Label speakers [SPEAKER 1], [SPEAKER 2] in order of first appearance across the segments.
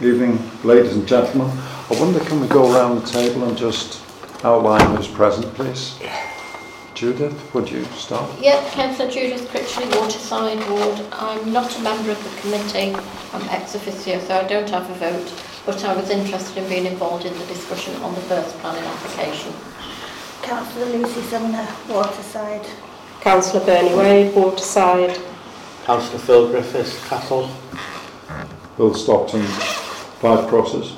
[SPEAKER 1] Good evening, ladies and gentlemen. I wonder, can we go around the table and just outline who's present, please? Judith, would you start?
[SPEAKER 2] Yep, Councillor Judith Critchley, Waterside Ward. I'm not a member of the committee, I'm ex officio, so I don't have a vote, but I was interested in being involved in the discussion on the first planning application.
[SPEAKER 3] Councillor Lucy Sumner, Waterside.
[SPEAKER 4] Councillor Bernie Wade, Waterside.
[SPEAKER 5] Councillor Phil Griffiths, Castle.
[SPEAKER 1] Bill Stockton, Five Crosses.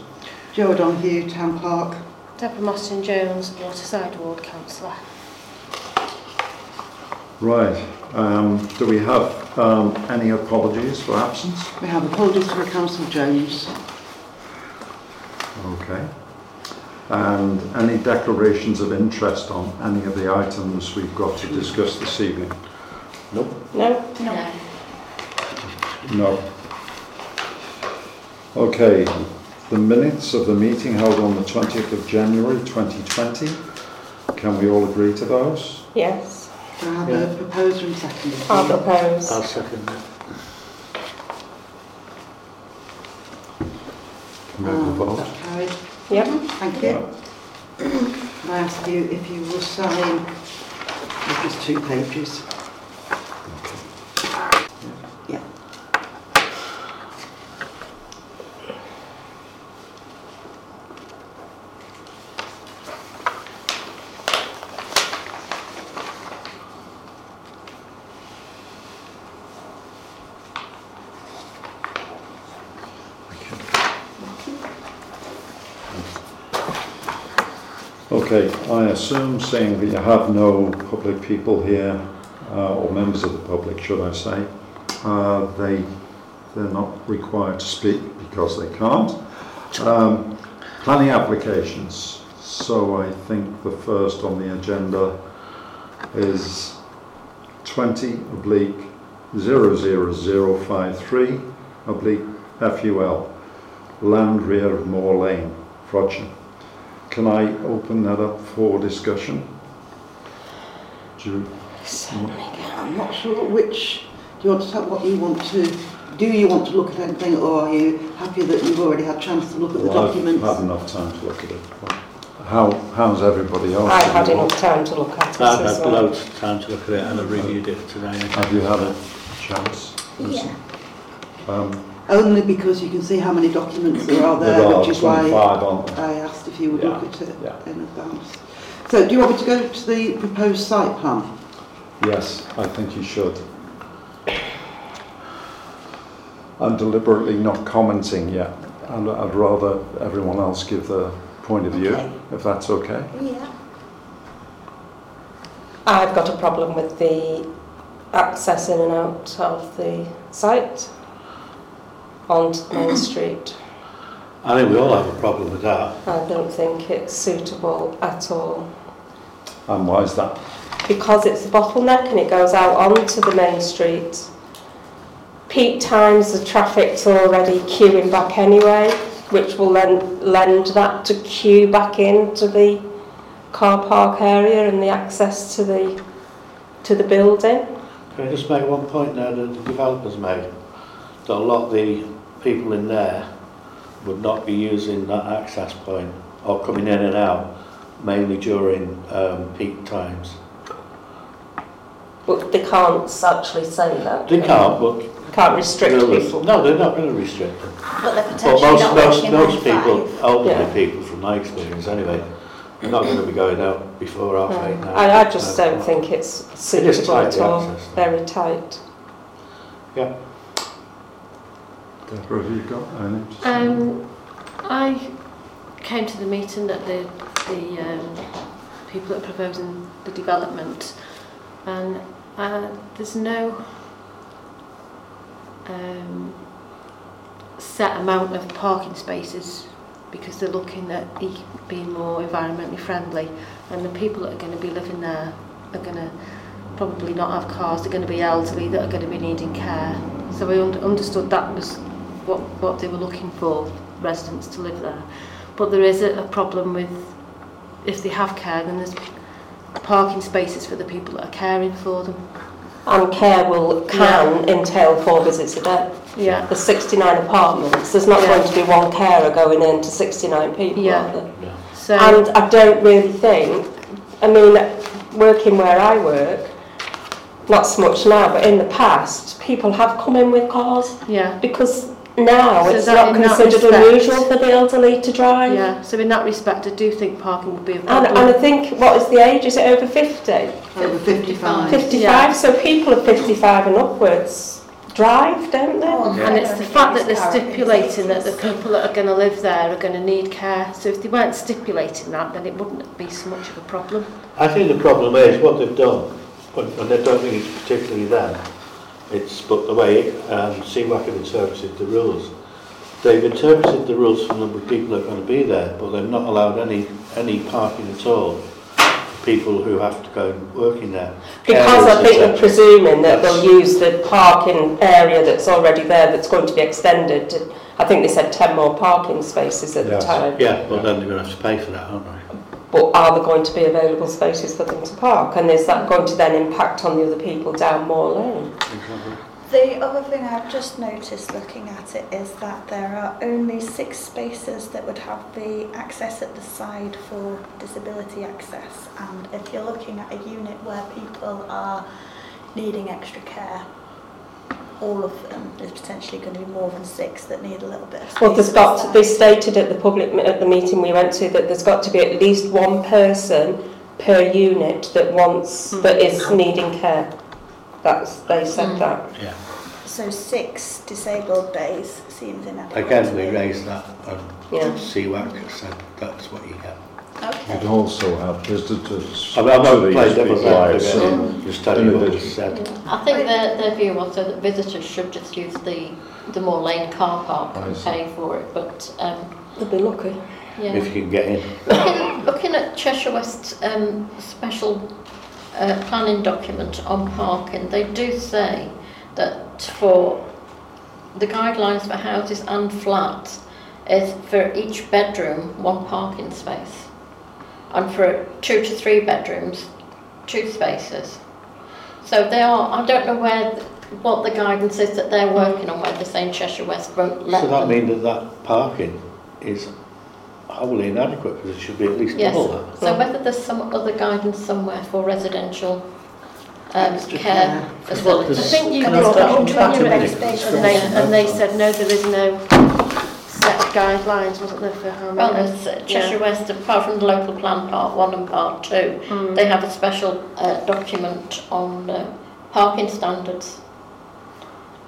[SPEAKER 6] Joe Donahue, Town Clerk.
[SPEAKER 4] Deborah Mostyn Jones, Waterside Ward Councillor.
[SPEAKER 1] Right, um, do we have, um, any apologies for absence?
[SPEAKER 6] We have apologies to the Council Jones.
[SPEAKER 1] Okay. And any declarations of interest on any of the items we've got to discuss this evening? Nope.
[SPEAKER 4] No.
[SPEAKER 2] No.
[SPEAKER 1] No. Okay, the minutes of the meeting held on the 20th of January 2020. Can we all agree to those?
[SPEAKER 4] Yes.
[SPEAKER 6] Do I have
[SPEAKER 5] Yeah.
[SPEAKER 6] a proposer and seconder?
[SPEAKER 4] I propose.
[SPEAKER 5] I'll second that.
[SPEAKER 1] Can we have a vote?
[SPEAKER 6] Oh, That's carried.
[SPEAKER 4] Yep.
[SPEAKER 6] Thank you. Can I ask you if you will sign there's just two pages? Yeah.
[SPEAKER 1] Okay, I assume, seeing that you have no public people here, uh, or members of the public, should I say, uh, they, they're not required to speak because they can't. Um, planning applications. So I think the first on the agenda is 20 oblique 00053 oblique FUL, land rear of Moor Lane, Frodsham. Can I open that up for discussion? Do you,
[SPEAKER 6] I'm not sure which, do you want to tell what you want to, do you want to look at anything or are you happy that you've already had a chance to look at the
[SPEAKER 1] well, I've
[SPEAKER 6] documents?
[SPEAKER 1] had enough time to look at it. How, how's everybody else?
[SPEAKER 4] I've had enough time to look at it
[SPEAKER 5] I've
[SPEAKER 4] as
[SPEAKER 5] had
[SPEAKER 4] well.
[SPEAKER 5] loads of time to look at it and I've reviewed it today.
[SPEAKER 1] Have you had a chance?
[SPEAKER 3] Yeah.
[SPEAKER 1] Um,
[SPEAKER 6] Only because you can see how many documents there are
[SPEAKER 1] there
[SPEAKER 6] there,
[SPEAKER 1] are
[SPEAKER 6] which is
[SPEAKER 1] 25
[SPEAKER 6] why
[SPEAKER 1] aren't there?
[SPEAKER 6] I asked if you would
[SPEAKER 1] Yeah,
[SPEAKER 6] look at it
[SPEAKER 1] yeah.
[SPEAKER 6] in advance. So do you want me to go to the proposed site plan?
[SPEAKER 1] Yes, I think you should. I'm deliberately not commenting yet. I'd, I'd rather everyone else give their point of view,
[SPEAKER 3] Okay.
[SPEAKER 1] if that's okay.
[SPEAKER 3] Yeah.
[SPEAKER 4] I've got a problem with the access in and out of the site onto Main Street.
[SPEAKER 5] I think we all have a problem with that.
[SPEAKER 4] I don't think it's suitable at all.
[SPEAKER 1] And why is that?
[SPEAKER 4] because it's a bottleneck and it goes out onto the main street. Peak times, the traffic's already queuing back anyway, which will then lend that to queue back into the car park area and the access to the, to the building.
[SPEAKER 5] Can I just make one point now that the developers made? That a lot of the people in there would not be using that access point or coming in and out mainly during um, peak times.
[SPEAKER 4] But they can't actually say that.
[SPEAKER 5] They can't, but...
[SPEAKER 4] Can't restrict people.
[SPEAKER 5] No, they're not going to restrict them.
[SPEAKER 3] But they're
[SPEAKER 5] But
[SPEAKER 3] potentially
[SPEAKER 5] most,
[SPEAKER 3] not
[SPEAKER 5] most,
[SPEAKER 3] working nine to
[SPEAKER 5] most people,
[SPEAKER 3] five.
[SPEAKER 5] elderly
[SPEAKER 4] Yeah.
[SPEAKER 5] people from my experience anyway, are not going to be going out before half eight.
[SPEAKER 4] No.
[SPEAKER 5] Uh, nine,
[SPEAKER 4] Hmm. I, I
[SPEAKER 5] ten
[SPEAKER 4] just
[SPEAKER 5] o'clock.
[SPEAKER 4] don't think it's
[SPEAKER 5] It is
[SPEAKER 4] suitable
[SPEAKER 5] tight,
[SPEAKER 4] at
[SPEAKER 5] the
[SPEAKER 4] all.
[SPEAKER 5] access.
[SPEAKER 4] Very tight.
[SPEAKER 1] Deborah, have you got anything? to say?
[SPEAKER 7] Um, I came to the meeting that the, the um, people that are proposing the development and uh, there's no um, set amount of parking spaces because they're looking at e- being more environmentally friendly and the people that are going to be living there are going to probably not have cars, they're going to be elderly that are going to be needing care. So I un understood that was what, what they were looking for, residents to live there. But there is a, a problem with, if they have care, then there's parking spaces for the people that are caring for them.
[SPEAKER 4] and care will can entail four visits a day.
[SPEAKER 7] Yeah.
[SPEAKER 4] There's 69 apartments. There's not
[SPEAKER 7] Yeah.
[SPEAKER 4] going to be one carer going in to 69 people.
[SPEAKER 7] Yeah.
[SPEAKER 4] Are there?
[SPEAKER 5] No.
[SPEAKER 7] So
[SPEAKER 4] And I don't really think, I mean, working where I work, not so much now, but in the past, people have come in with cars
[SPEAKER 7] yeah,
[SPEAKER 4] because now
[SPEAKER 7] So
[SPEAKER 4] it's
[SPEAKER 7] that
[SPEAKER 4] not
[SPEAKER 7] in that
[SPEAKER 4] considered
[SPEAKER 7] respect-
[SPEAKER 4] unusual for the elderly to drive.
[SPEAKER 7] yeah. So in that respect, I do think parking would be a
[SPEAKER 4] And,
[SPEAKER 7] problem.
[SPEAKER 4] and I think, what is the age? Is it over 50?
[SPEAKER 6] Over 55.
[SPEAKER 4] 55,
[SPEAKER 7] Yeah.
[SPEAKER 4] so people of 55 and upwards drive, don't they?
[SPEAKER 3] Oh,
[SPEAKER 7] And it's the fact that they're
[SPEAKER 3] Current
[SPEAKER 7] stipulating that the
[SPEAKER 3] existence.
[SPEAKER 7] people that are going to live there are going to need care. So if they weren't stipulating that, then it wouldn't be so much of a problem.
[SPEAKER 5] I think the problem is what they've done, but and I don't think it's particularly them. It's but the way um, CWAC have interpreted the rules. They've interpreted the rules for the number of people that are going to be there, but they've not allowed any any parking at all. for People who have to go and work in there.
[SPEAKER 4] Because I
[SPEAKER 5] Carers,
[SPEAKER 4] think they're
[SPEAKER 5] etc.
[SPEAKER 4] presuming that
[SPEAKER 5] That's-
[SPEAKER 4] they'll use the parking area that's already there that's going to be extended. to- I think they said 10 more parking spaces at the
[SPEAKER 1] Yes.
[SPEAKER 4] time.
[SPEAKER 5] Yeah, but then they're going to have to pay for that, aren't they?
[SPEAKER 4] But are there going to be available spaces for them to park? And is that going to then impact on the other people down Moor Lane?
[SPEAKER 3] The other thing I've just noticed looking at it is that there are only six spaces that would have the access at the side for disability access. And if you're looking at a unit where people are needing extra care, all of them, there's potentially going to be more than six that need a little bit of space.
[SPEAKER 4] Well, there's
[SPEAKER 3] at
[SPEAKER 4] got,
[SPEAKER 3] the
[SPEAKER 4] they
[SPEAKER 3] side.
[SPEAKER 4] stated at the public, at the meeting we went to, that there's got to be at least one person per unit that wants, that is needing care. That's, they said that.
[SPEAKER 5] Yeah.
[SPEAKER 3] So six disabled bays seems inadequate.
[SPEAKER 5] Again,
[SPEAKER 3] to
[SPEAKER 5] we
[SPEAKER 3] me.
[SPEAKER 5] raised that, and
[SPEAKER 4] Yeah.
[SPEAKER 5] CWAC said that's what you get.
[SPEAKER 1] You'd
[SPEAKER 3] Okay.
[SPEAKER 1] also have visitors.
[SPEAKER 5] I mean, I'm
[SPEAKER 1] to
[SPEAKER 5] not
[SPEAKER 1] these
[SPEAKER 5] playing devil's
[SPEAKER 1] big lights,
[SPEAKER 5] advocate,
[SPEAKER 1] so-
[SPEAKER 5] I'm just telling you what was
[SPEAKER 1] Individual.
[SPEAKER 5] said.
[SPEAKER 2] I think their, their view was that visitors should just use the, the more lane car park
[SPEAKER 1] I
[SPEAKER 2] and
[SPEAKER 1] see.
[SPEAKER 2] pay for it, but, um,
[SPEAKER 4] They'll be lucky.
[SPEAKER 2] yeah.
[SPEAKER 5] if you can get in.
[SPEAKER 2] Looking, looking at Cheshire West um, special uh, planning document on parking, they do say that for the guidelines for houses and flats is for each bedroom one parking space, and for two to three bedrooms, two spaces. So they are. I don't know where what the guidance is that they're working on. Where they're saying Cheshire West won't let
[SPEAKER 5] So that
[SPEAKER 2] them.
[SPEAKER 5] means that that parking is wholly inadequate because it should be at least
[SPEAKER 2] Yes.
[SPEAKER 5] double that.
[SPEAKER 2] So whether there's some other guidance somewhere for residential um,
[SPEAKER 6] Extra
[SPEAKER 2] care
[SPEAKER 6] care.
[SPEAKER 2] facilities.
[SPEAKER 5] There's-
[SPEAKER 2] I think you
[SPEAKER 5] Can
[SPEAKER 3] Can
[SPEAKER 5] I
[SPEAKER 3] you
[SPEAKER 5] stop
[SPEAKER 3] put
[SPEAKER 5] you
[SPEAKER 3] into
[SPEAKER 5] back a
[SPEAKER 3] your
[SPEAKER 5] minute?
[SPEAKER 3] space
[SPEAKER 7] And they, and they said, no, there is no set guidelines, wasn't there, for how
[SPEAKER 2] well,
[SPEAKER 7] many?
[SPEAKER 2] there's uh, Cheshire West, apart from the local plan part one and part two,
[SPEAKER 7] Mm.
[SPEAKER 2] they have a special uh, document on uh, parking standards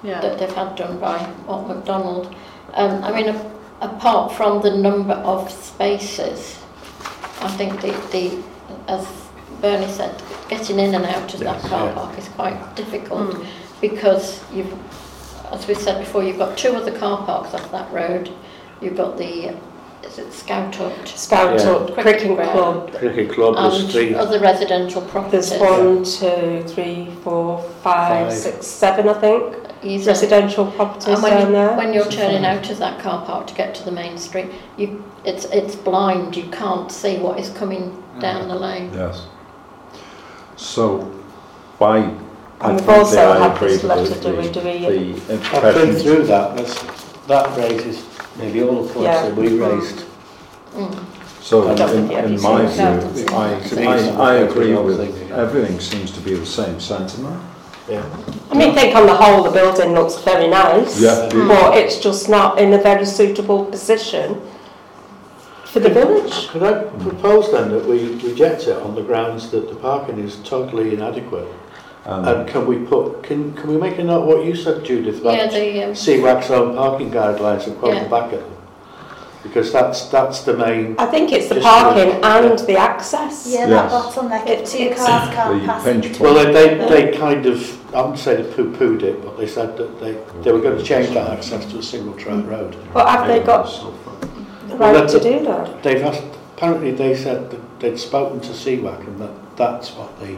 [SPEAKER 7] Yeah,
[SPEAKER 2] that they've had done by Walt MacDonald. Um, I mean, a- apart from the number of spaces, I think the, the as Bernie said, getting in and out of
[SPEAKER 5] Yes,
[SPEAKER 2] that car
[SPEAKER 5] yeah.
[SPEAKER 2] park is quite difficult
[SPEAKER 7] Mm.
[SPEAKER 2] because you've, as we said before, you've got two other car parks off that road. You've got the, is it Scout Hut?
[SPEAKER 4] Scout
[SPEAKER 5] Yeah.
[SPEAKER 4] up, cricket club.
[SPEAKER 5] Cricket club, there's three,
[SPEAKER 2] And other residential properties.
[SPEAKER 4] There's one, two, three, four,
[SPEAKER 5] Five.
[SPEAKER 4] five, six, seven, I think,
[SPEAKER 2] Is it-
[SPEAKER 4] residential properties
[SPEAKER 2] And when,
[SPEAKER 4] down
[SPEAKER 2] you,
[SPEAKER 4] there.
[SPEAKER 2] when you're turning out of that car park to get to the main street, you, it's, it's blind, you can't see what is coming
[SPEAKER 5] Hmm.
[SPEAKER 2] down the lane.
[SPEAKER 1] Yes. So, by. I
[SPEAKER 4] And we've
[SPEAKER 1] think
[SPEAKER 4] also
[SPEAKER 1] that I
[SPEAKER 4] had this
[SPEAKER 1] agree with
[SPEAKER 4] letter, do we- do we-
[SPEAKER 1] The
[SPEAKER 5] I've been
[SPEAKER 1] impression,
[SPEAKER 5] through that, that's, that raises maybe all the points
[SPEAKER 4] Yeah.
[SPEAKER 5] that we raised.
[SPEAKER 1] so
[SPEAKER 4] I don't
[SPEAKER 1] in,
[SPEAKER 4] think you have
[SPEAKER 1] in
[SPEAKER 4] to
[SPEAKER 1] my
[SPEAKER 4] say that.
[SPEAKER 1] view, I,
[SPEAKER 5] It's an easy
[SPEAKER 1] I, I
[SPEAKER 5] one.
[SPEAKER 1] agree with,
[SPEAKER 5] Thinking.
[SPEAKER 1] everything seems to be the same sentiment.
[SPEAKER 5] Yeah.
[SPEAKER 4] I mean, I think on the whole, the building looks very nice.
[SPEAKER 1] Yeah.
[SPEAKER 4] But it's just not in a very suitable position for the village.
[SPEAKER 5] Could I propose then that we reject it on the grounds that the parking is totally inadequate?
[SPEAKER 1] And
[SPEAKER 5] And can we put, can, can we make a note what you said Judith
[SPEAKER 2] Yeah,
[SPEAKER 5] about
[SPEAKER 2] the, um,
[SPEAKER 5] CWAC's own parking guidelines and quote
[SPEAKER 2] Yeah.
[SPEAKER 5] them back at them? Because that's, that's the main,
[SPEAKER 4] I think it's the
[SPEAKER 5] Just the-
[SPEAKER 4] parking and the access.
[SPEAKER 3] Yeah, that
[SPEAKER 1] Yes.
[SPEAKER 3] bottleneck of
[SPEAKER 4] It-
[SPEAKER 3] two
[SPEAKER 4] it's-
[SPEAKER 3] cars can't
[SPEAKER 1] the
[SPEAKER 3] pass.
[SPEAKER 1] pinch
[SPEAKER 5] well,
[SPEAKER 1] point,
[SPEAKER 5] they, they, they kind of, I wouldn't say they poo-pooed it, but they said that they, they were going to change that access to a single
[SPEAKER 2] Mm.
[SPEAKER 5] track road.
[SPEAKER 4] But have they got the right
[SPEAKER 5] that's
[SPEAKER 4] to
[SPEAKER 5] a-
[SPEAKER 4] do that?
[SPEAKER 5] They've asked, apparently they said that they'd spoken to CWAC and that that's what the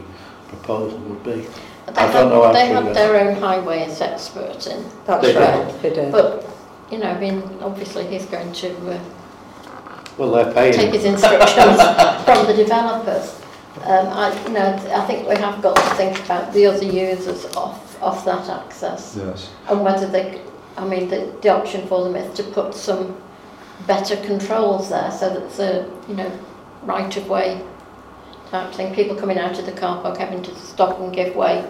[SPEAKER 5] proposal would be.
[SPEAKER 2] they
[SPEAKER 5] I don't
[SPEAKER 2] have,
[SPEAKER 5] know
[SPEAKER 2] they
[SPEAKER 5] actually
[SPEAKER 2] have
[SPEAKER 5] that-
[SPEAKER 2] their own highways expert in,
[SPEAKER 4] That's
[SPEAKER 5] They do.
[SPEAKER 4] right, they do.
[SPEAKER 2] but, you know, I mean, obviously he's going to uh,
[SPEAKER 5] Well, they're
[SPEAKER 2] take
[SPEAKER 5] paying.
[SPEAKER 2] his instructions from the developers. Um, I, no, I think we have got to think about the other users of, of that access
[SPEAKER 1] Yes.
[SPEAKER 2] and whether they, c- I mean, the, the option for them is to put some better controls there so that the, you know, right of way type thing, people coming out of the car park having to stop and give way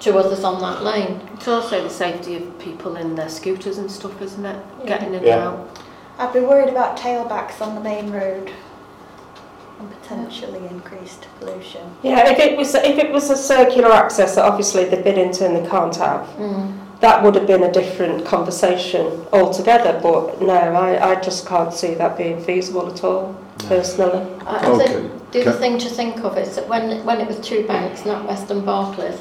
[SPEAKER 2] to others on that lane.
[SPEAKER 7] It's also the safety of people in their scooters and stuff, isn't it?
[SPEAKER 2] Yeah.
[SPEAKER 7] Getting in
[SPEAKER 5] Yeah.
[SPEAKER 7] and out.
[SPEAKER 3] I'd be worried about tailbacks on the main road and potentially increased pollution.
[SPEAKER 4] Yeah, if it was if it was a circular access that obviously the Biddington they can't have,
[SPEAKER 2] Mm.
[SPEAKER 4] that would have been a different conversation altogether. But no, I, I just can't see that being feasible at all, personally.
[SPEAKER 2] I, I think
[SPEAKER 1] Okay.
[SPEAKER 2] Uh, The other
[SPEAKER 1] Ca-
[SPEAKER 2] thing to think of is that when, when it was two banks, not Western Barclays,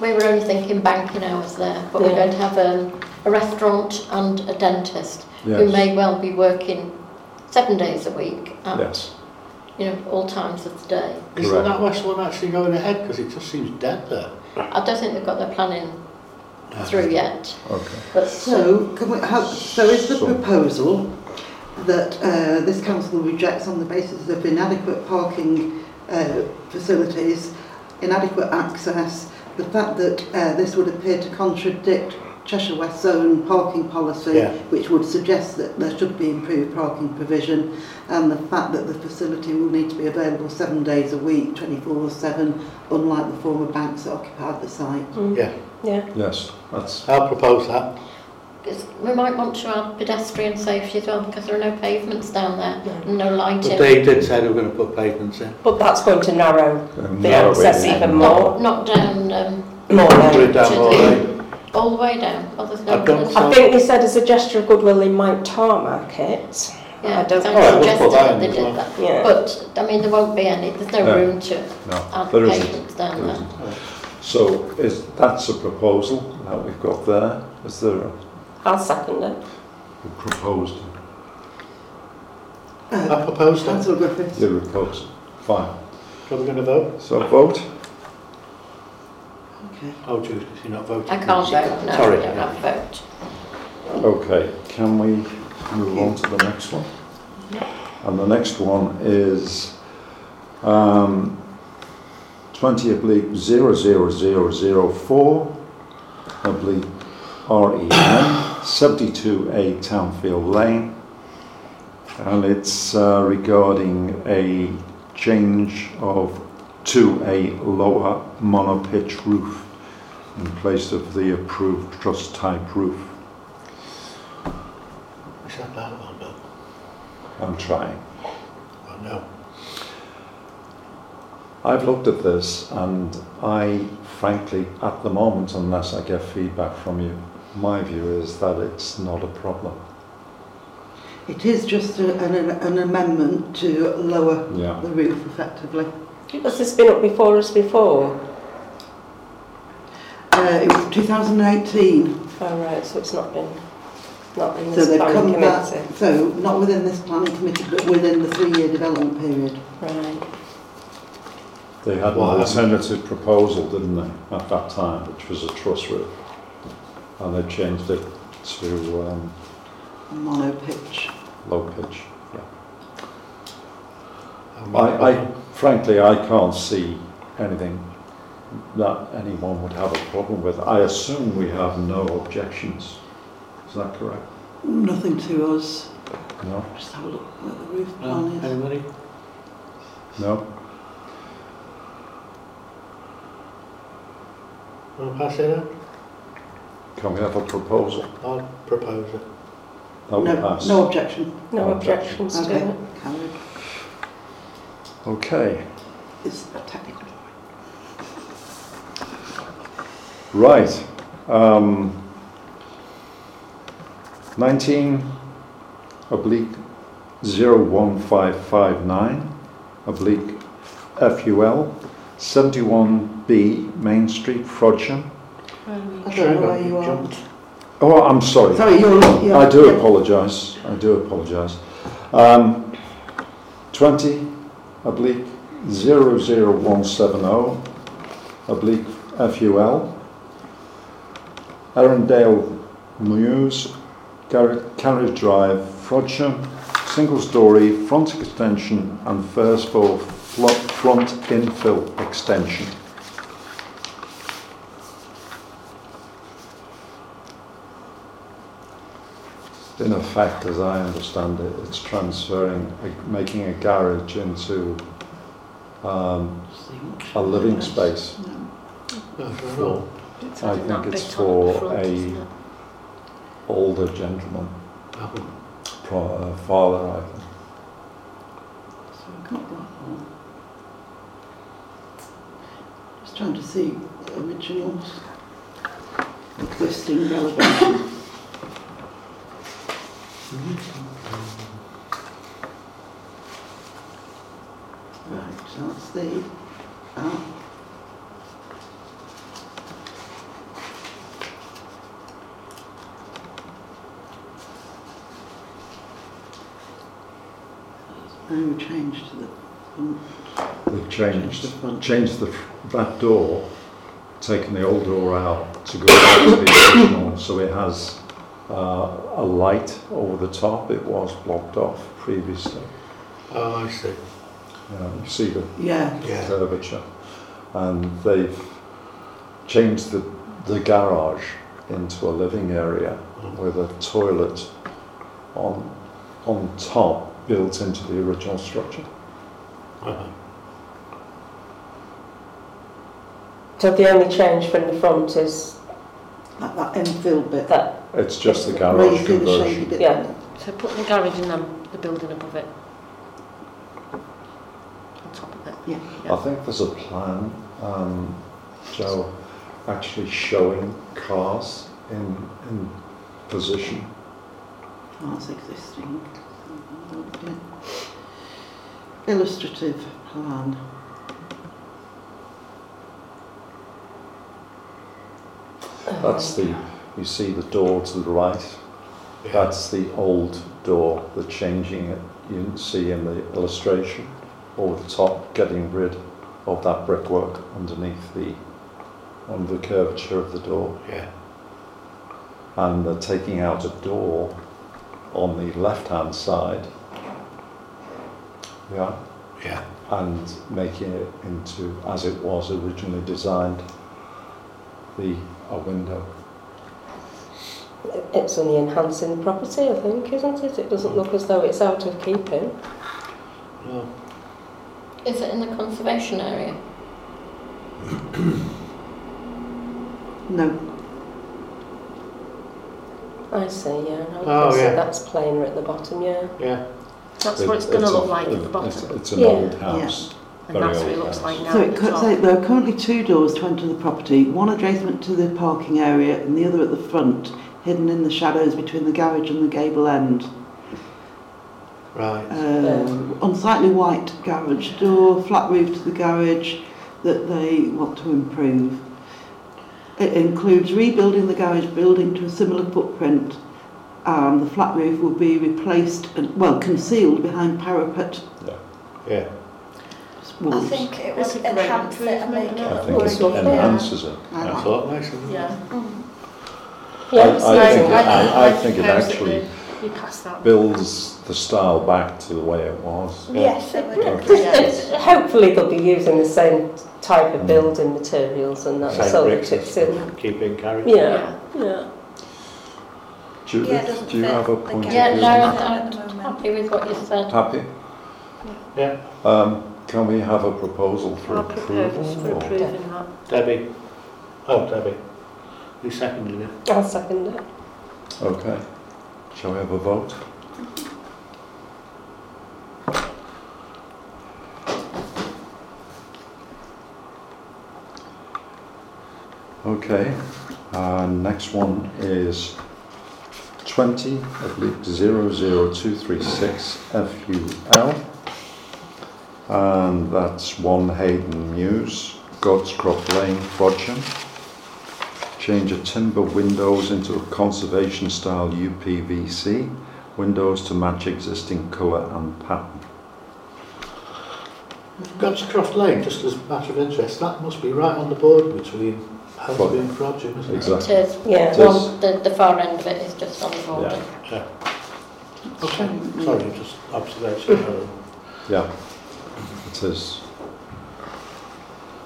[SPEAKER 2] we were only thinking banking hours there, but we're
[SPEAKER 4] Yeah.
[SPEAKER 2] going to have um, a restaurant and a dentist who
[SPEAKER 1] Yes.
[SPEAKER 2] may well be working seven days a week at
[SPEAKER 1] Yes.
[SPEAKER 2] you know all times of the day.
[SPEAKER 5] Isn't
[SPEAKER 1] Correct.
[SPEAKER 5] that West one actually going ahead? Because it just seems dead there.
[SPEAKER 2] I don't think they've got their planning through yet,
[SPEAKER 1] Okay.
[SPEAKER 2] but
[SPEAKER 6] So, can we have, so is the
[SPEAKER 1] So-
[SPEAKER 6] proposal that uh, this council rejects on the basis of inadequate parking uh, facilities, inadequate access, the fact that uh, this would appear to contradict Cheshire West's own parking policy,
[SPEAKER 5] Yeah.
[SPEAKER 6] which would suggest that there should be improved parking provision, and the fact that the facility will need to be available seven days a week, 24-7, unlike the former banks that occupied the site.
[SPEAKER 5] Yeah,
[SPEAKER 4] Mm. Yeah,
[SPEAKER 1] Yes. That's
[SPEAKER 5] I'll propose that.
[SPEAKER 2] it's- we might want to add pedestrian safety as well because there are no pavements down there
[SPEAKER 4] No.
[SPEAKER 2] and no lighting.
[SPEAKER 5] But they did say they were going to put pavements in.
[SPEAKER 4] but that's going to narrow the
[SPEAKER 1] narrow it
[SPEAKER 4] access
[SPEAKER 1] down.
[SPEAKER 4] even more.
[SPEAKER 2] not, not down um,
[SPEAKER 4] More
[SPEAKER 5] Put
[SPEAKER 4] than.
[SPEAKER 5] it down all right.
[SPEAKER 2] all the way down. Well, there's no
[SPEAKER 5] I don't-
[SPEAKER 4] I think they said as a gesture of goodwill they might tarmac it.
[SPEAKER 2] Yeah,
[SPEAKER 4] I don't.
[SPEAKER 2] sounds
[SPEAKER 5] Oh, I would
[SPEAKER 2] suggested
[SPEAKER 5] put that in
[SPEAKER 2] they
[SPEAKER 5] as
[SPEAKER 2] did
[SPEAKER 5] well.
[SPEAKER 2] that.
[SPEAKER 4] Yeah.
[SPEAKER 2] But, I mean, there won't be any, there's
[SPEAKER 1] No.
[SPEAKER 2] no room to
[SPEAKER 1] no.
[SPEAKER 2] add
[SPEAKER 1] There isn't.
[SPEAKER 2] patients uh, down
[SPEAKER 1] There
[SPEAKER 2] there.
[SPEAKER 1] isn't. So is that's a proposal that we've got there. Is there a
[SPEAKER 4] I'll second it.
[SPEAKER 1] you proposed?
[SPEAKER 5] I
[SPEAKER 6] Uh,
[SPEAKER 5] propose that.
[SPEAKER 6] Councillor Griffiths?
[SPEAKER 1] You proposed. Fine.
[SPEAKER 5] Are we going to vote?
[SPEAKER 1] So vote.
[SPEAKER 6] Okay.
[SPEAKER 5] Oh, Judith, you're not voting.
[SPEAKER 2] I can't vote, no,
[SPEAKER 5] Sorry.
[SPEAKER 2] I don't have a vote.
[SPEAKER 1] Okay, can we move on to the next one? And the next one is um, 20 oblique 00004 oblique E REN 72A Townfield Lane. And it's uh, regarding a change of to a lower monopitch roof in place of the approved truss type roof.
[SPEAKER 5] Is that that one, Bill?
[SPEAKER 1] I'm trying.
[SPEAKER 5] Oh, no.
[SPEAKER 1] I've looked at this and I frankly, at the moment, unless I get feedback from you, my view is that it's not a problem.
[SPEAKER 6] It is just a, an, an amendment to lower
[SPEAKER 1] Yeah.
[SPEAKER 6] the roof effectively.
[SPEAKER 4] Has this been up before us before?
[SPEAKER 6] Uh, it was 2018,
[SPEAKER 4] Oh right, so it's not been, not in
[SPEAKER 6] so
[SPEAKER 4] this
[SPEAKER 6] they've
[SPEAKER 4] planning
[SPEAKER 6] come back.
[SPEAKER 4] committee.
[SPEAKER 6] So not within this planning committee, but within the three-year development period.
[SPEAKER 4] Right.
[SPEAKER 1] They had an
[SPEAKER 5] Well, I-
[SPEAKER 1] alternative proposal, didn't they, at that time, which was a truss roof. And they changed it to um,
[SPEAKER 6] Mono pitch.
[SPEAKER 1] low pitch.
[SPEAKER 5] I'm
[SPEAKER 1] I,
[SPEAKER 5] not
[SPEAKER 1] I
[SPEAKER 5] voting.
[SPEAKER 1] frankly, I can't see anything that anyone would have a problem with. I assume we have no objections. Is that correct?
[SPEAKER 6] Nothing to us.
[SPEAKER 1] No?
[SPEAKER 6] Just have a look at the roof
[SPEAKER 5] No,
[SPEAKER 6] plan. is.
[SPEAKER 5] anybody?
[SPEAKER 1] No?
[SPEAKER 5] Want to pass it out?
[SPEAKER 1] Can we have a proposal?
[SPEAKER 5] I'll propose it.
[SPEAKER 1] That would
[SPEAKER 6] No,
[SPEAKER 1] pass.
[SPEAKER 6] no objection.
[SPEAKER 4] No
[SPEAKER 1] No
[SPEAKER 4] objections to
[SPEAKER 6] Okay,
[SPEAKER 4] it.
[SPEAKER 6] carried.
[SPEAKER 1] Okay,
[SPEAKER 6] It's a technical.
[SPEAKER 1] right. Um, 19 oblique 01559 oblique FUL 71B Main Street, Frodsham.
[SPEAKER 6] I don't know where you
[SPEAKER 5] Trevor,
[SPEAKER 6] are.
[SPEAKER 5] jumped.
[SPEAKER 1] Oh, I'm sorry.
[SPEAKER 6] Sorry, you're, you're.
[SPEAKER 1] I do apologise. I do apologise. Um, 20 oblique 00170 oh. oblique FUL. Erindale Muse, Garrett Carriage Drive, Frodsham, single story, front extension and first floor Front, front infill extension. In effect, as I understand it, it's transferring, making a garage into um, a living space. For
[SPEAKER 7] It's
[SPEAKER 1] I
[SPEAKER 7] added that
[SPEAKER 1] think it's
[SPEAKER 7] bit on at the
[SPEAKER 1] for
[SPEAKER 7] front,
[SPEAKER 1] a-
[SPEAKER 7] isn't it?
[SPEAKER 1] older gentlemen,
[SPEAKER 5] Oh,
[SPEAKER 1] pro- uh, father, I think.
[SPEAKER 6] Just trying to see originals listing elevation. Right, so that's the oh, arc. Now we change to the front.
[SPEAKER 1] They've
[SPEAKER 6] Change
[SPEAKER 1] changed,
[SPEAKER 6] the front.
[SPEAKER 1] changed the, that door, taken the old door out to go back to the original, so it has uh, a light over the top. It was blocked off previously.
[SPEAKER 5] Oh, I see.
[SPEAKER 1] Uh, you see the
[SPEAKER 6] Yeah,
[SPEAKER 5] Yeah.
[SPEAKER 1] curvature, and they've changed the the garage into a living area with a toilet on on top built into the original structure.
[SPEAKER 5] Uh-huh.
[SPEAKER 4] So the only change from the front is
[SPEAKER 6] like that infill bit.
[SPEAKER 4] that
[SPEAKER 1] It's just the
[SPEAKER 6] Where you
[SPEAKER 1] garage
[SPEAKER 6] see the shady
[SPEAKER 1] conversion.
[SPEAKER 6] bit.
[SPEAKER 4] Yeah.
[SPEAKER 7] So put the garage and then the building above it. On top of it.
[SPEAKER 6] Yeah.
[SPEAKER 1] I think there's a plan, um, Joe, actually showing cars in in position.
[SPEAKER 6] That's existing. Yeah. Mm-hmm. Illustrative plan. Oh,
[SPEAKER 1] That's the you see the door to the right. That's the old door, the changing it you see in the illustration over the top, getting rid of that brickwork underneath the under the curvature of the door.
[SPEAKER 5] Yeah.
[SPEAKER 1] And they're taking out a door on the left hand side. Yeah.
[SPEAKER 5] Yeah.
[SPEAKER 1] And making it into as it was originally designed, the a window.
[SPEAKER 4] it's only enhancing the property, I think, isn't it? It doesn't look as though it's out of keeping.
[SPEAKER 5] No.
[SPEAKER 2] Is it in the conservation area?
[SPEAKER 6] No,
[SPEAKER 4] I see, yeah. No,
[SPEAKER 5] Oh,
[SPEAKER 4] so
[SPEAKER 5] yeah.
[SPEAKER 4] that's plainer at the bottom, yeah.
[SPEAKER 5] Yeah.
[SPEAKER 7] That's
[SPEAKER 1] It-
[SPEAKER 7] what it's going to
[SPEAKER 1] a-
[SPEAKER 7] look like at the
[SPEAKER 1] It's,
[SPEAKER 7] bottom.
[SPEAKER 1] it's an
[SPEAKER 4] Yeah.
[SPEAKER 1] old house.
[SPEAKER 7] And
[SPEAKER 1] very uh,
[SPEAKER 7] that's what it
[SPEAKER 1] old
[SPEAKER 7] looks
[SPEAKER 1] house.
[SPEAKER 7] like now
[SPEAKER 6] so
[SPEAKER 7] at
[SPEAKER 6] it
[SPEAKER 7] the
[SPEAKER 6] cuts
[SPEAKER 7] top.
[SPEAKER 6] out, there are currently two doors to enter the property, one adjacent to the parking area and the other at the front, hidden in the shadows between the garage and the gable end.
[SPEAKER 5] Right.
[SPEAKER 6] Uh, unsightly white garage door, flat roof to the garage that they want to improve. It includes rebuilding the garage building to a similar footprint. Um, the flat roof will be replaced and well concealed behind parapet
[SPEAKER 5] Yeah.
[SPEAKER 3] I
[SPEAKER 6] walls.
[SPEAKER 3] think it
[SPEAKER 7] That's
[SPEAKER 3] would
[SPEAKER 7] a great
[SPEAKER 3] enhance it and make it
[SPEAKER 7] improvement, yeah.
[SPEAKER 1] I
[SPEAKER 3] look
[SPEAKER 1] think
[SPEAKER 4] Well,
[SPEAKER 1] it
[SPEAKER 4] it's lovely.
[SPEAKER 1] enhances it.
[SPEAKER 6] I
[SPEAKER 5] That's
[SPEAKER 6] like
[SPEAKER 5] all nice. isn't it?
[SPEAKER 7] Yeah.
[SPEAKER 4] Yeah,
[SPEAKER 1] I-
[SPEAKER 4] it's
[SPEAKER 1] I
[SPEAKER 4] nice
[SPEAKER 1] think
[SPEAKER 4] and
[SPEAKER 1] it-
[SPEAKER 4] white.
[SPEAKER 1] I- I think it
[SPEAKER 7] How's
[SPEAKER 1] actually
[SPEAKER 7] doing? You pass that.
[SPEAKER 1] Builds the style back to the way it was.
[SPEAKER 3] Yes, it would.
[SPEAKER 1] Okay.
[SPEAKER 4] Just- uh, Hopefully they'll be using the same type of building materials and that,
[SPEAKER 5] Same
[SPEAKER 4] so
[SPEAKER 5] bricks
[SPEAKER 4] that
[SPEAKER 5] and
[SPEAKER 4] it's
[SPEAKER 5] stuff.
[SPEAKER 4] in,
[SPEAKER 5] Keep in character.
[SPEAKER 4] yeah, yeah.
[SPEAKER 1] Judith,
[SPEAKER 3] Yeah, it doesn't
[SPEAKER 1] Uh, do you
[SPEAKER 3] fit
[SPEAKER 1] have a
[SPEAKER 3] the
[SPEAKER 1] point of
[SPEAKER 3] gap.
[SPEAKER 2] Yeah,
[SPEAKER 1] view?
[SPEAKER 2] no,
[SPEAKER 1] on
[SPEAKER 3] At the
[SPEAKER 2] I'm
[SPEAKER 3] moment.
[SPEAKER 2] happy with what you
[SPEAKER 1] that?
[SPEAKER 2] said.
[SPEAKER 1] Happy?
[SPEAKER 5] Yeah.
[SPEAKER 1] Um, can we have a proposal for
[SPEAKER 7] I'll propose for
[SPEAKER 1] approval? or-
[SPEAKER 7] approving that.
[SPEAKER 5] Debbie. Oh, Debbie. You seconded it.
[SPEAKER 4] I'll second it.
[SPEAKER 1] Okay. Shall we have a vote? Okay, uh, next one is twenty, oblique zero zero two three six F U L. And that's One Hayden Muse, Godscroft Lane, Frodsham change of timber windows into a conservation style UPVC windows to match existing colour and pattern.
[SPEAKER 5] Gunscroft Lane, just as a matter of interest, that must be right on the border between Helsby and Frodsham, isn't it?
[SPEAKER 2] It is.
[SPEAKER 4] Yeah,
[SPEAKER 1] It
[SPEAKER 4] well,
[SPEAKER 1] is,
[SPEAKER 2] The, the far end of it is just on the border.
[SPEAKER 1] Yeah.
[SPEAKER 5] Yeah. Okay, sorry, just observation.
[SPEAKER 1] yeah. It is.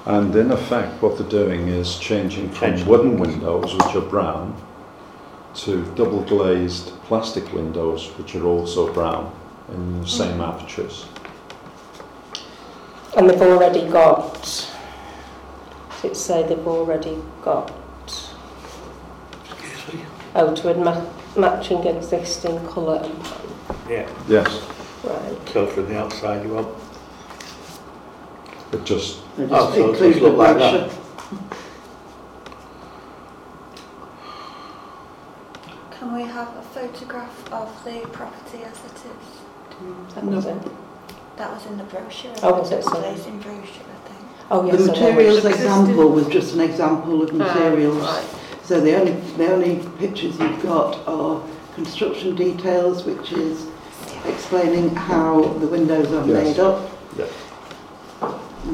[SPEAKER 1] And in effect, what they're doing is changing from
[SPEAKER 5] Changing.
[SPEAKER 1] wooden windows, which are brown, to double glazed plastic windows, which are also brown in the same
[SPEAKER 3] Mm.
[SPEAKER 1] apertures.
[SPEAKER 4] And they've already got, it say they've already got, oh, to add ma- matching existing colour and pattern.
[SPEAKER 5] Yeah,
[SPEAKER 1] Yes,
[SPEAKER 4] Right.
[SPEAKER 5] so from the outside you want.
[SPEAKER 1] it just
[SPEAKER 6] They
[SPEAKER 5] Oh, so
[SPEAKER 6] just
[SPEAKER 5] it
[SPEAKER 6] include
[SPEAKER 5] does look
[SPEAKER 6] the
[SPEAKER 5] like that.
[SPEAKER 6] brochure.
[SPEAKER 3] Can we have a photograph of the property as it is?
[SPEAKER 4] That was it.
[SPEAKER 3] That was in the brochure.
[SPEAKER 4] Oh, was it? Sorry.
[SPEAKER 3] Glazing brochure, I think.
[SPEAKER 4] Oh, yes.
[SPEAKER 6] The
[SPEAKER 4] I know
[SPEAKER 6] materials
[SPEAKER 4] which-
[SPEAKER 6] example was just an example of materials.
[SPEAKER 7] Ah, right.
[SPEAKER 6] So the only, the only pictures you've got are construction details, which is explaining how the windows are
[SPEAKER 1] Yes.
[SPEAKER 6] made up.
[SPEAKER 1] Yeah.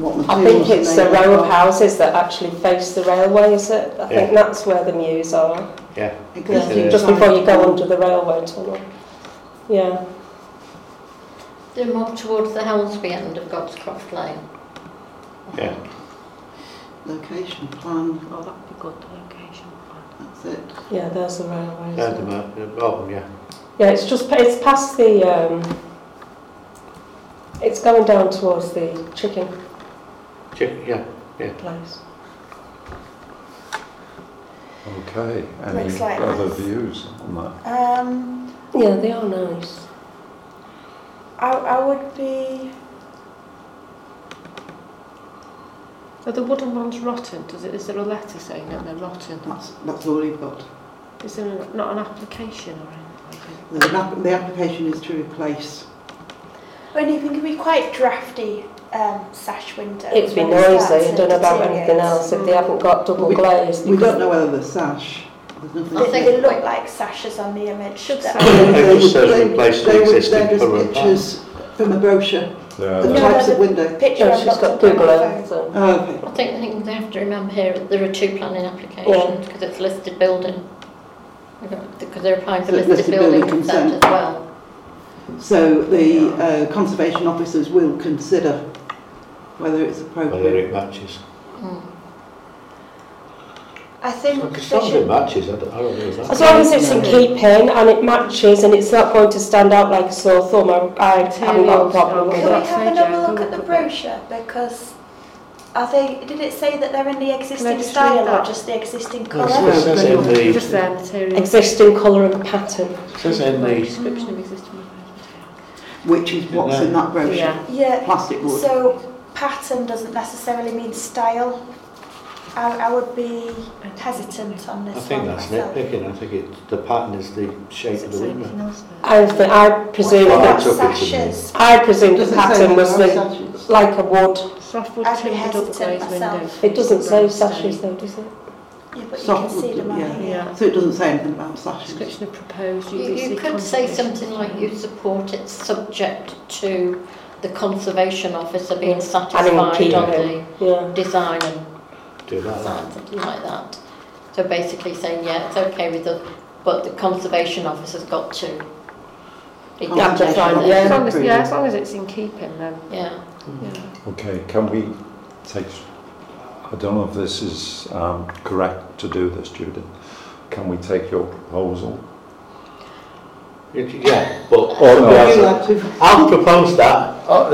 [SPEAKER 6] What
[SPEAKER 4] I think
[SPEAKER 6] materials are
[SPEAKER 4] it's the
[SPEAKER 6] made
[SPEAKER 4] row
[SPEAKER 6] up
[SPEAKER 4] of houses that actually face the railway, is it? I think that's where the mews are.
[SPEAKER 5] Yeah,
[SPEAKER 6] Existing
[SPEAKER 5] Yeah.
[SPEAKER 4] Just before you
[SPEAKER 6] sites.
[SPEAKER 4] go under the railway tunnel. Yeah.
[SPEAKER 2] They're more towards the Helmsby end of Gobscroft Lane.
[SPEAKER 5] yeah.
[SPEAKER 6] Location plan,
[SPEAKER 7] Oh, that'd be good, the location.
[SPEAKER 6] that's it.
[SPEAKER 4] Yeah, there's the railway.
[SPEAKER 5] Yeah,
[SPEAKER 4] isn't
[SPEAKER 5] the
[SPEAKER 4] it?
[SPEAKER 5] ma- the bottom, yeah.
[SPEAKER 4] Yeah, it's just it's past the. Um, it's going down towards the chicken
[SPEAKER 5] Chick- yeah.
[SPEAKER 4] place.
[SPEAKER 1] okay. Any
[SPEAKER 3] Looks like
[SPEAKER 1] other
[SPEAKER 3] that.
[SPEAKER 1] views on that?
[SPEAKER 3] Um,
[SPEAKER 4] Yeah, they are nice.
[SPEAKER 3] I, I would be.
[SPEAKER 7] Are the wooden ones rotten? Does it, is there a letter saying that they're rotten?
[SPEAKER 6] That's, that's all you've got.
[SPEAKER 7] Is there a- not an application or anything?
[SPEAKER 6] The, app- the application is to replace.
[SPEAKER 3] When you think it'd be quite drafty um, sash windows.
[SPEAKER 4] It'd be
[SPEAKER 3] when it starts
[SPEAKER 4] noisy. I
[SPEAKER 3] to
[SPEAKER 4] don't know about anything
[SPEAKER 3] deteriorate.
[SPEAKER 4] else if they haven't got double
[SPEAKER 6] We-
[SPEAKER 4] glazed.
[SPEAKER 6] We don't know whether the sash, there's nothing.
[SPEAKER 2] I
[SPEAKER 3] They,
[SPEAKER 2] think-
[SPEAKER 3] they look like sashes on the image.
[SPEAKER 7] Should
[SPEAKER 3] that-
[SPEAKER 7] say.
[SPEAKER 5] It just says
[SPEAKER 6] They-
[SPEAKER 5] replace the
[SPEAKER 6] they were-
[SPEAKER 5] existing
[SPEAKER 6] They're
[SPEAKER 5] colour
[SPEAKER 6] just
[SPEAKER 5] and
[SPEAKER 6] pictures from a brochure,
[SPEAKER 1] Oh, Yeah,
[SPEAKER 6] the
[SPEAKER 3] No,
[SPEAKER 1] there-
[SPEAKER 6] types
[SPEAKER 3] no,
[SPEAKER 6] of window.
[SPEAKER 3] Picture
[SPEAKER 4] No,
[SPEAKER 3] I've
[SPEAKER 4] she's got
[SPEAKER 3] looked up on
[SPEAKER 4] Google
[SPEAKER 3] my phone.
[SPEAKER 4] Earth. So.
[SPEAKER 6] Oh, okay.
[SPEAKER 2] I think the thing they have to remember here, there are two planning applications because it's listed building. Because they're applying for
[SPEAKER 6] So it's
[SPEAKER 2] listed building consent as
[SPEAKER 6] consent.
[SPEAKER 2] well.
[SPEAKER 6] So the uh, conservation officers will consider whether it's
[SPEAKER 5] Whether
[SPEAKER 6] appropriate.
[SPEAKER 5] it matches.
[SPEAKER 2] Mm.
[SPEAKER 3] I think
[SPEAKER 5] Like,
[SPEAKER 3] they
[SPEAKER 5] as long as it
[SPEAKER 3] should
[SPEAKER 5] matches, I don't, I don't know if
[SPEAKER 4] As
[SPEAKER 5] that.
[SPEAKER 4] long as it's in keeping and it matches and it's not going to stand out like a sore thumb, I, I haven't got a problem with
[SPEAKER 3] Can
[SPEAKER 4] it.
[SPEAKER 3] we
[SPEAKER 7] That's
[SPEAKER 3] have
[SPEAKER 7] no
[SPEAKER 3] another
[SPEAKER 7] joke,
[SPEAKER 3] look
[SPEAKER 7] I'll
[SPEAKER 3] at the
[SPEAKER 7] look at that.
[SPEAKER 3] brochure because are they? Did it say that they're in the existing
[SPEAKER 7] just
[SPEAKER 3] style
[SPEAKER 7] read that?
[SPEAKER 3] or just the existing
[SPEAKER 5] No,
[SPEAKER 3] colour?
[SPEAKER 5] it says- says in the-
[SPEAKER 7] Just their material.
[SPEAKER 4] Existing colour and pattern.
[SPEAKER 5] says in the,
[SPEAKER 7] Description of existing material.
[SPEAKER 6] Which is what's in that brochure,
[SPEAKER 7] Yeah.
[SPEAKER 3] Yeah.
[SPEAKER 6] plastic wood.
[SPEAKER 3] So pattern doesn't necessarily mean style. I, I would be hesitant on this
[SPEAKER 5] I think
[SPEAKER 3] one
[SPEAKER 5] that's
[SPEAKER 3] myself.
[SPEAKER 5] nitpicking, I think it, the pattern is the shape
[SPEAKER 7] Does
[SPEAKER 5] of
[SPEAKER 7] it
[SPEAKER 5] the
[SPEAKER 7] say
[SPEAKER 5] window.
[SPEAKER 7] anything else there?
[SPEAKER 4] I, th- I presume
[SPEAKER 5] Well,
[SPEAKER 4] that
[SPEAKER 5] that's okay to me.
[SPEAKER 3] sashes.
[SPEAKER 4] I presume the
[SPEAKER 6] Doesn't say
[SPEAKER 4] pattern was
[SPEAKER 6] there are
[SPEAKER 4] the,
[SPEAKER 6] sashes.
[SPEAKER 4] like a wood.
[SPEAKER 7] Softwood
[SPEAKER 3] I'd be
[SPEAKER 7] timbered double
[SPEAKER 3] hesitant
[SPEAKER 7] glazed
[SPEAKER 3] myself.
[SPEAKER 7] windows.
[SPEAKER 4] It doesn't say
[SPEAKER 7] Brown
[SPEAKER 4] sashes
[SPEAKER 7] stain.
[SPEAKER 4] though, does it?
[SPEAKER 3] Yeah, but you can
[SPEAKER 6] Soft
[SPEAKER 3] see
[SPEAKER 6] wood,
[SPEAKER 3] them on
[SPEAKER 6] yeah.
[SPEAKER 3] here.
[SPEAKER 7] Yeah.
[SPEAKER 6] So it doesn't say anything about sashes.
[SPEAKER 7] Description of proposed
[SPEAKER 2] You,
[SPEAKER 7] UBC.
[SPEAKER 2] you could say
[SPEAKER 7] conservation
[SPEAKER 2] something like you support it subject to the conservation officer being satisfied
[SPEAKER 4] Animal
[SPEAKER 2] on
[SPEAKER 4] keeping.
[SPEAKER 2] the
[SPEAKER 4] Yeah.
[SPEAKER 2] design and
[SPEAKER 5] Do that.
[SPEAKER 2] sign, something like that. So basically saying, yeah, it's okay with us, but the conservation officer's got to.
[SPEAKER 4] Conservation
[SPEAKER 2] identify
[SPEAKER 4] officer.
[SPEAKER 7] As
[SPEAKER 2] this.
[SPEAKER 7] long as, yeah, as long as it's in keeping then.
[SPEAKER 2] Yeah,
[SPEAKER 1] Okay, can we take, I don't know if this is um, correct to do this, Judith. Can we take your proposal?
[SPEAKER 5] Yeah, but oh,
[SPEAKER 1] Or
[SPEAKER 6] Would you
[SPEAKER 1] no,
[SPEAKER 6] like to-
[SPEAKER 5] I'll propose that.
[SPEAKER 1] uh,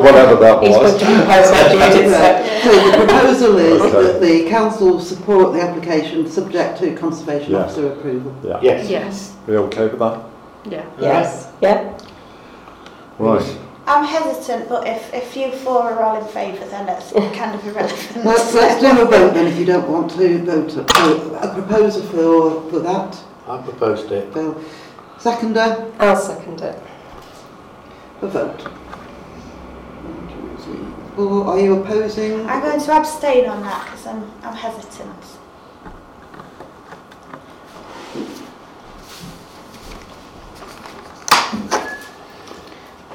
[SPEAKER 1] whatever that
[SPEAKER 4] He's
[SPEAKER 1] was.
[SPEAKER 4] going to propose what you did say.
[SPEAKER 6] So the proposal is
[SPEAKER 1] Okay.
[SPEAKER 6] that the council support the application subject to conservation
[SPEAKER 1] Yeah.
[SPEAKER 6] officer approval.
[SPEAKER 1] Yeah,
[SPEAKER 5] Yes.
[SPEAKER 7] Yes,
[SPEAKER 1] are you okay with that?
[SPEAKER 7] yeah.
[SPEAKER 4] Yes, yeah.
[SPEAKER 1] Right,
[SPEAKER 3] I'm hesitant, but if, if you four are all in favour, then that's kind of irrelevant.
[SPEAKER 6] Let's, let's do a vote then if you don't want to vote. So a proposal for, for that,
[SPEAKER 5] I proposed it.
[SPEAKER 6] Bill. Seconder,
[SPEAKER 4] I'll second it.
[SPEAKER 6] a vote. Or are you opposing?
[SPEAKER 3] I'm going to abstain on that because I'm, I'm hesitant.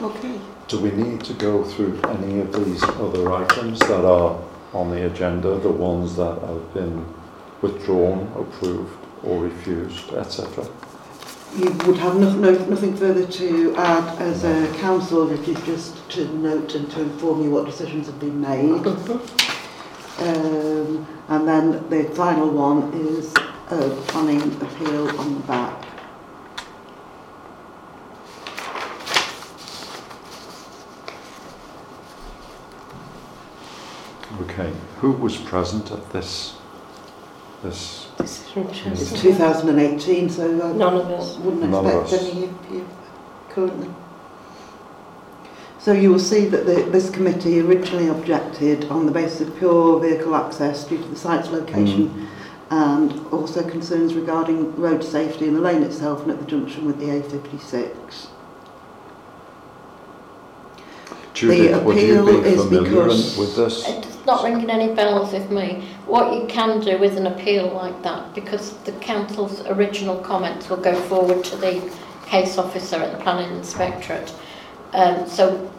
[SPEAKER 6] Okay.
[SPEAKER 1] do we need to go through any of these other items that are on the agenda, the ones that have been withdrawn, approved or refused, etc.?
[SPEAKER 6] you would have no, no, nothing further to add as a council, it is just to note and to inform you what decisions have been made. Um, and then the final one is a planning appeal on the back.
[SPEAKER 1] Okay, who was present at this, this?
[SPEAKER 4] Decision
[SPEAKER 6] It's
[SPEAKER 4] trust.
[SPEAKER 6] 2018, so uh, I
[SPEAKER 4] None of us.
[SPEAKER 6] wouldn't
[SPEAKER 1] None of
[SPEAKER 6] expect
[SPEAKER 1] us.
[SPEAKER 6] any of you currently. So you will see that the, this committee originally objected on the basis of pure vehicle access due to the site's
[SPEAKER 1] Mm.
[SPEAKER 6] location and also concerns regarding road safety in the lane itself and at the junction with the A56.
[SPEAKER 1] Judith, would you
[SPEAKER 6] appeal
[SPEAKER 1] be
[SPEAKER 6] is
[SPEAKER 1] familiar
[SPEAKER 6] because-
[SPEAKER 1] with this?
[SPEAKER 2] It's not ringing any bells with me. What you can do with an appeal like that, because the council's original comments will go forward to the case officer at the planning inspectorate. Um, so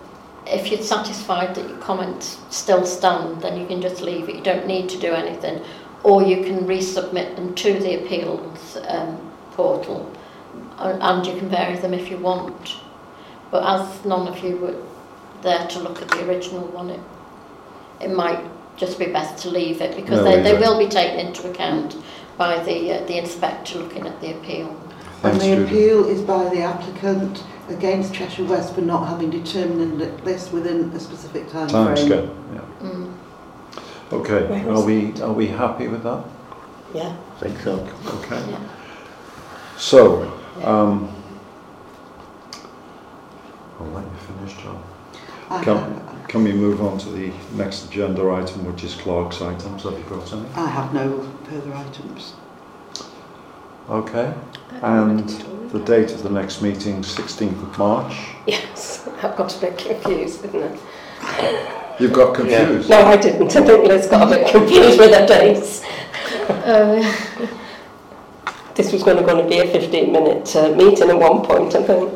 [SPEAKER 2] if you're satisfied that your comments still stand, then you can just leave it. You don't need to do anything. Or you can resubmit them to the appeals um, portal and, and you can vary them if you want. But as none of you were there to look at the original one, it it might just be best to leave it because
[SPEAKER 1] No,
[SPEAKER 2] they,
[SPEAKER 1] leave
[SPEAKER 2] they
[SPEAKER 1] it.
[SPEAKER 2] will be taken into account by the uh, the inspector looking at the appeal.
[SPEAKER 6] And
[SPEAKER 1] Thanks,
[SPEAKER 6] the
[SPEAKER 1] Judith.
[SPEAKER 6] appeal is by the applicant against Cheshire West for not having determined this within a specific time frame.
[SPEAKER 1] Timescale, yeah.
[SPEAKER 2] Mm.
[SPEAKER 1] Okay,
[SPEAKER 4] Where
[SPEAKER 1] are
[SPEAKER 4] was
[SPEAKER 1] we, are we happy with that?
[SPEAKER 4] Yeah.
[SPEAKER 5] I think so.
[SPEAKER 1] Okay.
[SPEAKER 2] Yeah.
[SPEAKER 1] So, um, I'll let you finish, John.
[SPEAKER 6] I
[SPEAKER 1] Can-
[SPEAKER 6] have-
[SPEAKER 1] Can we move on to the next agenda item, which is clerk's items? Have you got any?
[SPEAKER 6] I have no further items.
[SPEAKER 1] Okay. And the date of the next meeting, 16th of March.
[SPEAKER 4] Yes, I've got a bit confused, didn't I?
[SPEAKER 1] You've got
[SPEAKER 5] Yeah.
[SPEAKER 1] confused.
[SPEAKER 4] No, I didn't. I think Liz got a bit confused with her dates.
[SPEAKER 7] Uh,
[SPEAKER 4] This was going to, going to be a 15 minute uh, meeting at one point, I think.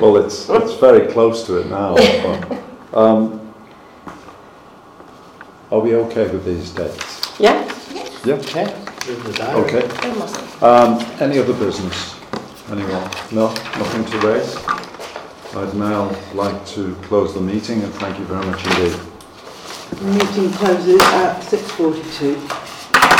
[SPEAKER 1] Well, it's, it's very close to it now. but, um, Are we okay with these dates?
[SPEAKER 4] Yeah?
[SPEAKER 1] Yeah,
[SPEAKER 5] Okay, in the diary.
[SPEAKER 1] okay.
[SPEAKER 2] There mustn't.
[SPEAKER 1] Um, any other business? Anyone? No, nothing to raise? I'd now like to close the meeting and thank you very much indeed.
[SPEAKER 6] Meeting closes at 6.42.